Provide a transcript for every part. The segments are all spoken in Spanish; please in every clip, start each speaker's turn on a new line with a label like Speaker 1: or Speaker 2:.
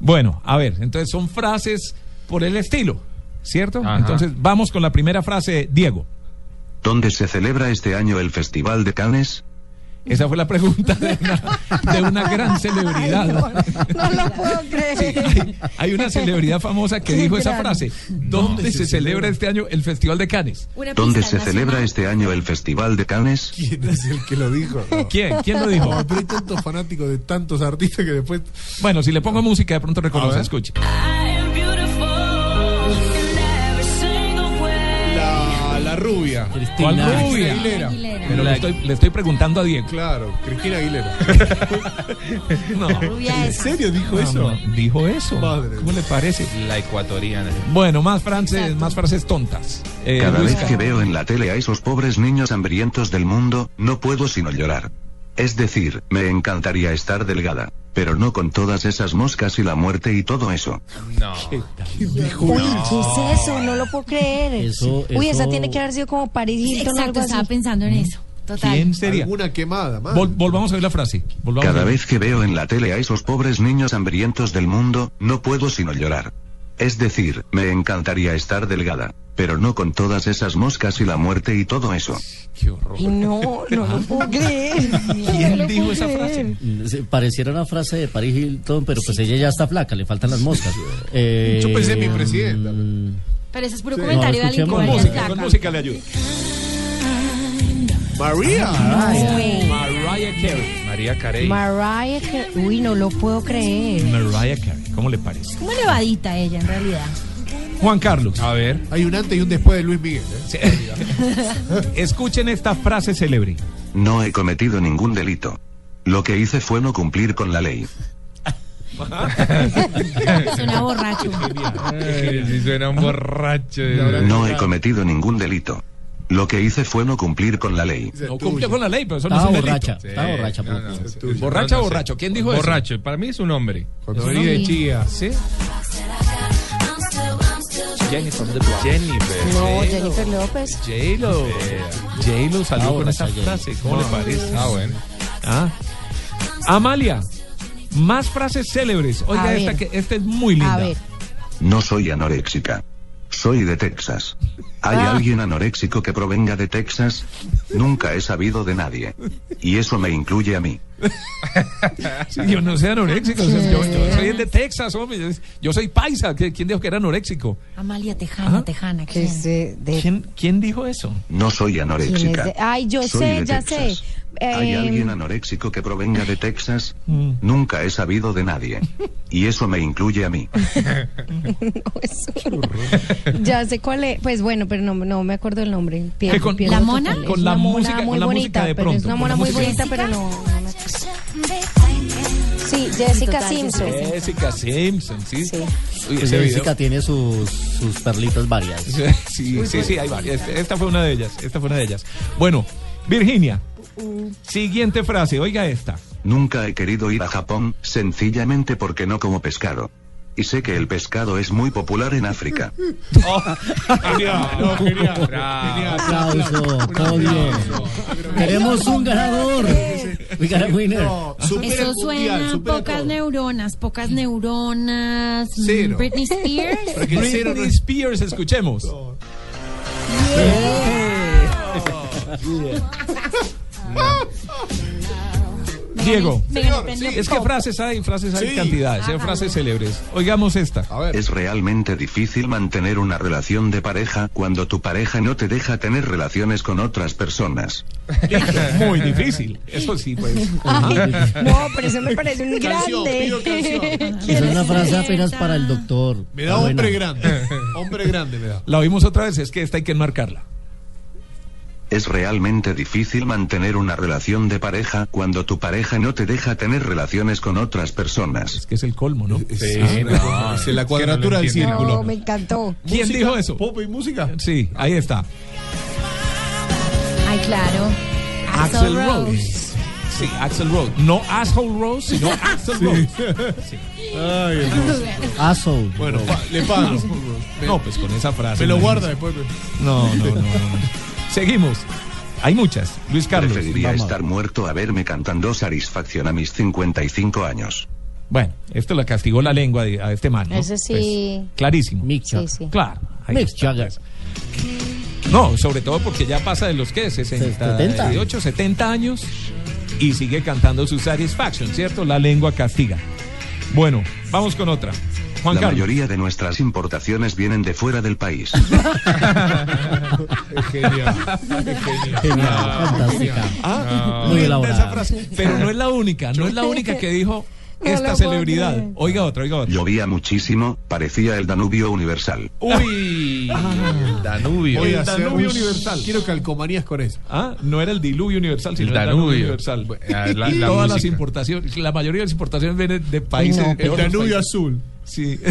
Speaker 1: Bueno, a ver, entonces son frases por el estilo, ¿cierto?
Speaker 2: Ajá.
Speaker 1: Entonces vamos con la primera frase, Diego.
Speaker 3: ¿Dónde se celebra este año el Festival de Cannes?
Speaker 1: Esa fue la pregunta de una, de una gran celebridad.
Speaker 4: Ay, no, no lo puedo creer.
Speaker 1: Sí, hay, hay una celebridad famosa que
Speaker 4: Qué
Speaker 1: dijo esa
Speaker 4: gran.
Speaker 1: frase. ¿Dónde se, celebra este año el Festival de Cannes?
Speaker 5: Una
Speaker 3: ¿Dónde
Speaker 5: pista
Speaker 3: se celebra
Speaker 5: nacional.
Speaker 3: este año el Festival de Cannes?
Speaker 6: ¿Quién es el que lo dijo? No.
Speaker 1: ¿Quién? ¿Quién lo dijo?
Speaker 6: No, pero hay tantos fanáticos de tantos artistas que después.
Speaker 1: Bueno, si le pongo música, de pronto
Speaker 6: A
Speaker 1: reconoce,
Speaker 6: ver.
Speaker 1: escuche.
Speaker 6: La, la rubia.
Speaker 1: ¿Cuál
Speaker 2: Cristina.
Speaker 1: rubia?
Speaker 6: Aguilera.
Speaker 5: Aguilera.
Speaker 1: Pero le
Speaker 2: La-
Speaker 1: estoy, le estoy preguntando a Diego.
Speaker 6: Claro, Cristina Aguilera.
Speaker 1: No. Ah,
Speaker 5: Rubia
Speaker 6: ¿En
Speaker 5: esa.
Speaker 6: serio dijo eso?
Speaker 1: No, no, Dijo eso.
Speaker 6: Madre.
Speaker 1: ¿Cómo le parece?
Speaker 2: La ecuatoriana.
Speaker 1: Bueno, más frases,
Speaker 5: Exacto.
Speaker 1: más frases tontas. Eh,
Speaker 3: Cada
Speaker 1: Luis
Speaker 3: vez
Speaker 1: Ca-
Speaker 3: que veo en la tele a esos pobres niños hambrientos del mundo, no puedo sino llorar. Es decir, me encantaría estar delgada, pero no con todas esas moscas y la muerte y todo eso.
Speaker 2: No.
Speaker 4: Uy, ¿qué es eso? No lo puedo creer.
Speaker 7: Eso-
Speaker 4: Uy, esa
Speaker 7: eso-
Speaker 4: tiene que haber sido como Paris Hilton o
Speaker 5: Exacto,
Speaker 4: algo así.
Speaker 5: estaba pensando en eso. Total.
Speaker 1: ¿Quién sería?
Speaker 6: Alguna quemada, más.
Speaker 1: Vol- volvamos a ver la frase. Volvamos a
Speaker 3: Cada
Speaker 1: ver.
Speaker 3: vez que veo en la tele a esos pobres niños hambrientos del mundo, no puedo sino llorar. Es decir, me encantaría estar delgada, pero no con todas esas moscas y la muerte y todo eso.
Speaker 1: Qué horror.
Speaker 4: Y no, no lo puedo creer. No
Speaker 1: ¿Quién
Speaker 4: lo
Speaker 1: dijo
Speaker 4: puedo
Speaker 1: esa
Speaker 4: creer.
Speaker 1: frase?
Speaker 7: Mm, se- Pareciera una frase de Paris Hilton, pero pues ella ya está flaca, le faltan las moscas. Eh,
Speaker 6: Yo pensé en mi presidenta.
Speaker 7: mm,
Speaker 5: Pero eso es puro
Speaker 6: Sí.
Speaker 5: comentario
Speaker 7: No,
Speaker 5: de alguien que
Speaker 7: escuchemos.
Speaker 1: Con
Speaker 7: María
Speaker 1: música,
Speaker 5: vaya
Speaker 1: con
Speaker 5: flaco.
Speaker 1: música le ayudo.
Speaker 6: María.
Speaker 1: Mariah Carey.
Speaker 2: María Carey.
Speaker 4: Mariah Carey. Uy, no lo puedo creer.
Speaker 1: Mariah Carey, ¿cómo le parece?
Speaker 5: Como elevadita ella, en realidad.
Speaker 1: Juan Carlos,
Speaker 2: A ver.
Speaker 6: Hay un antes y un después de Luis Miguel. ¿eh?
Speaker 1: escuchen esta frase célebre.
Speaker 3: No he cometido ningún delito. Lo que hice fue no cumplir con la ley.
Speaker 5: Suena borracho.
Speaker 2: si suena un borracho.
Speaker 3: No he cometido ningún delito. Lo que hice fue no cumplir con la ley.
Speaker 6: Ese es
Speaker 1: No
Speaker 6: tuyo.
Speaker 1: cumple con la ley, pero eso no es
Speaker 7: Estaba
Speaker 1: un
Speaker 7: borracha,
Speaker 1: delito.
Speaker 7: estaba borracha. pues,
Speaker 2: no,
Speaker 7: por-
Speaker 2: no,
Speaker 6: Ese es
Speaker 2: sí.
Speaker 6: tuyo.
Speaker 1: ¿Borracha o
Speaker 2: No, no sé.
Speaker 1: borracho? ¿Quién dijo eso?
Speaker 2: Borracho. Para mí es un hombre.
Speaker 6: Cuando vení de chía.
Speaker 1: ¿Sí? Jennifer
Speaker 2: Jennifer.
Speaker 4: No,
Speaker 5: pues
Speaker 4: Jennifer López.
Speaker 1: J-Lo. J-Lo salió
Speaker 7: Ahora
Speaker 1: con esa
Speaker 7: salió.
Speaker 1: frase. ¿Cómo le parece?
Speaker 2: Ah, bueno.
Speaker 1: Ah. Amalia, más frases célebres. Oiga,
Speaker 4: A
Speaker 1: esta,
Speaker 4: ver.
Speaker 1: que, esta es muy linda.
Speaker 4: A ver.
Speaker 3: No soy anoréxica. Soy de Texas. ¿Hay
Speaker 4: Ah.
Speaker 3: alguien anoréxico que provenga de Texas? Nunca he sabido de nadie. Y eso me incluye a mí.
Speaker 1: Sí, yo no soy anoréxico. o sea, yo, yo soy de Texas, hombre. Yo- Yo soy paisa. ¿Qui- ¿Quién dijo que era anoréxico?
Speaker 5: Amalia Tejana,
Speaker 1: Ajá.
Speaker 5: Tejana.
Speaker 4: ¿Qué
Speaker 5: ¿quién?
Speaker 4: es de- de-
Speaker 1: ¿Quién, quién dijo eso?
Speaker 3: No soy
Speaker 4: quién es
Speaker 3: anoréxica.
Speaker 4: de- Ay, yo
Speaker 3: Soy
Speaker 4: sé,
Speaker 3: de
Speaker 4: ya
Speaker 3: Texas.
Speaker 4: sé.
Speaker 3: ¿Hay
Speaker 4: Eh,
Speaker 3: alguien anoréxico que provenga de Texas?
Speaker 4: Mm.
Speaker 3: Nunca he sabido de nadie. Y eso me incluye a mí.
Speaker 4: no, es un- ya sé cuál es. Pues bueno, pero no, no me acuerdo el nombre.
Speaker 1: Que con-
Speaker 4: pierdo
Speaker 5: ¿La
Speaker 4: total.
Speaker 5: mona?
Speaker 4: Es
Speaker 1: Con
Speaker 4: una
Speaker 1: la
Speaker 4: mona
Speaker 1: música-
Speaker 4: muy
Speaker 1: con la música
Speaker 4: bonita,
Speaker 1: de
Speaker 4: pero Es
Speaker 1: pronto,
Speaker 4: una
Speaker 1: con
Speaker 4: mona
Speaker 1: la
Speaker 4: muy
Speaker 1: música.
Speaker 4: bonita, pero no. no me acuerdo. Sí, Jessica
Speaker 5: Total,
Speaker 4: Simpson.
Speaker 5: Jessica Simpson.
Speaker 1: Jessica Simpson, ¿sí?
Speaker 4: Sí.
Speaker 1: Uy,
Speaker 7: Pues
Speaker 1: ese video-
Speaker 7: Jessica tiene sus, sus perlitas varias.
Speaker 1: Sí, sí, sí, hay varias. Este- Esta fue una de ellas. Esta fue una de ellas. Bueno, Virginia.
Speaker 4: Mm.
Speaker 1: Siguiente frase, oiga esta.
Speaker 3: Nunca he querido ir a Japón, sencillamente porque no como pescado. Y sé que el pescado es muy popular en África.
Speaker 1: No, genial.
Speaker 2: Bravo.
Speaker 7: Aplauso, todo bien. Tenemos un ganador. We got a winner.
Speaker 6: No, Oh, supera
Speaker 5: Eso
Speaker 6: el mundial,
Speaker 5: suena
Speaker 6: supera
Speaker 5: pocas
Speaker 6: todo.
Speaker 5: neuronas, pocas neuronas. mm,
Speaker 6: Cero.
Speaker 5: Britney Spears.
Speaker 6: Porque el cero no
Speaker 1: Britney
Speaker 6: es-
Speaker 1: Spears, escuchemos. Diego.
Speaker 5: Me gané pene
Speaker 1: Es que
Speaker 5: pop.
Speaker 1: frases hay, frases hay
Speaker 6: Sí.
Speaker 1: cantidades, hay frases célebres. Oigamos esta.
Speaker 6: A ver.
Speaker 3: Es realmente difícil mantener una relación de pareja cuando tu pareja no te deja tener relaciones con otras personas.
Speaker 1: Muy difícil. Eso sí, pues.
Speaker 4: Ay, no, pero eso me parece un
Speaker 6: Canción, pido
Speaker 4: grande.
Speaker 6: canción.
Speaker 7: Esa es una frase apenas para el doctor. Ah,
Speaker 6: Me da
Speaker 7: Está
Speaker 6: hombre
Speaker 7: buena.
Speaker 6: grande. Hombre grande me da.
Speaker 1: La oímos otra vez, es que esta hay que enmarcarla.
Speaker 3: Es realmente difícil mantener una relación de pareja cuando tu pareja no te deja tener relaciones con otras
Speaker 1: Es
Speaker 3: personas.
Speaker 1: que es el colmo, ¿no?
Speaker 2: Sí,
Speaker 6: Ah,
Speaker 2: no,
Speaker 6: no, es la
Speaker 2: es que
Speaker 6: cuadratura
Speaker 2: no lo
Speaker 6: del
Speaker 2: entiendo.
Speaker 6: círculo.
Speaker 4: No, me encantó.
Speaker 1: ¿Quién
Speaker 6: Música,
Speaker 1: dijo eso?
Speaker 6: Pop y música.
Speaker 1: Sí, ahí está.
Speaker 5: Ay, claro.
Speaker 1: Axel Rose. Sí, Axel Rose. No Asshole Rose, sino Axel Rose.
Speaker 7: Asshole.
Speaker 6: Bueno, pa- le pago.
Speaker 1: No, pues con esa frase.
Speaker 6: Me lo
Speaker 1: imagínate.
Speaker 6: guarda después. me-
Speaker 1: No, no, no, no, no. Seguimos. Hay muchas. Luis Carlos.
Speaker 3: Preferiría
Speaker 7: vamos.
Speaker 3: estar muerto a verme cantando satisfacción a mis 55 años.
Speaker 1: Bueno, esto la castigó la lengua de- a este man. ¿no?
Speaker 4: Eso sí.
Speaker 1: Pues, clarísimo.
Speaker 7: Mick
Speaker 4: Sí,
Speaker 7: Jagger.
Speaker 4: sí.
Speaker 1: Claro. ahí
Speaker 7: Mick
Speaker 1: está,
Speaker 7: Jagger.
Speaker 1: pues. No, sobre todo porque ya pasa de los que 68, 70 años y sigue cantando su satisfaction, ¿cierto? La lengua castiga. Bueno, vamos con otra. Juan
Speaker 3: la
Speaker 1: Carlos.
Speaker 3: mayoría de nuestras importaciones vienen de fuera del país.
Speaker 6: Es genial. Es genial.
Speaker 7: Genial,
Speaker 6: Ah,
Speaker 7: fantástica.
Speaker 6: genial.
Speaker 1: Ah,
Speaker 7: Muy
Speaker 1: linda
Speaker 7: elaborada.
Speaker 1: esa frase. Pero no es la única, no es la única que dijo
Speaker 4: No
Speaker 1: esta
Speaker 4: lo puedo
Speaker 1: celebridad.
Speaker 4: creer.
Speaker 1: Oiga otra, oiga otra.
Speaker 3: Llovía muchísimo, parecía el Danubio universal.
Speaker 2: Uy, el Danubio.
Speaker 6: Voy
Speaker 1: El
Speaker 6: a hacer
Speaker 1: Danubio
Speaker 6: uy,
Speaker 1: universal.
Speaker 6: Quiero calcomanías con eso.
Speaker 1: Ah, no era el diluvio universal, sino el
Speaker 2: El
Speaker 1: Danubio,
Speaker 2: Danubio.
Speaker 1: universal.
Speaker 2: Bueno, la- la
Speaker 1: Todas las
Speaker 2: música.
Speaker 1: importaciones, la mayoría de las importaciones vienen de países. de
Speaker 6: El
Speaker 1: otros
Speaker 6: Danubio
Speaker 1: países.
Speaker 6: azul.
Speaker 1: Sí.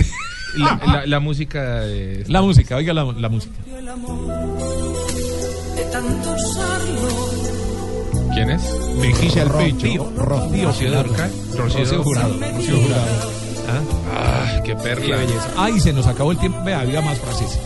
Speaker 2: La, la- la música de...
Speaker 1: La música, oiga la, la música.
Speaker 8: El amor de tanto usarlo.
Speaker 2: ¿Quién es?
Speaker 6: Mejilla al pecho.
Speaker 1: Rocío, Rocío
Speaker 2: Rocío Durcal.
Speaker 1: Rocío,
Speaker 2: Rocío
Speaker 1: Jurado. Rocío Jurado.
Speaker 2: Ah, qué perla.
Speaker 1: Ay, se nos acabó el tiempo. Vea, había más frases.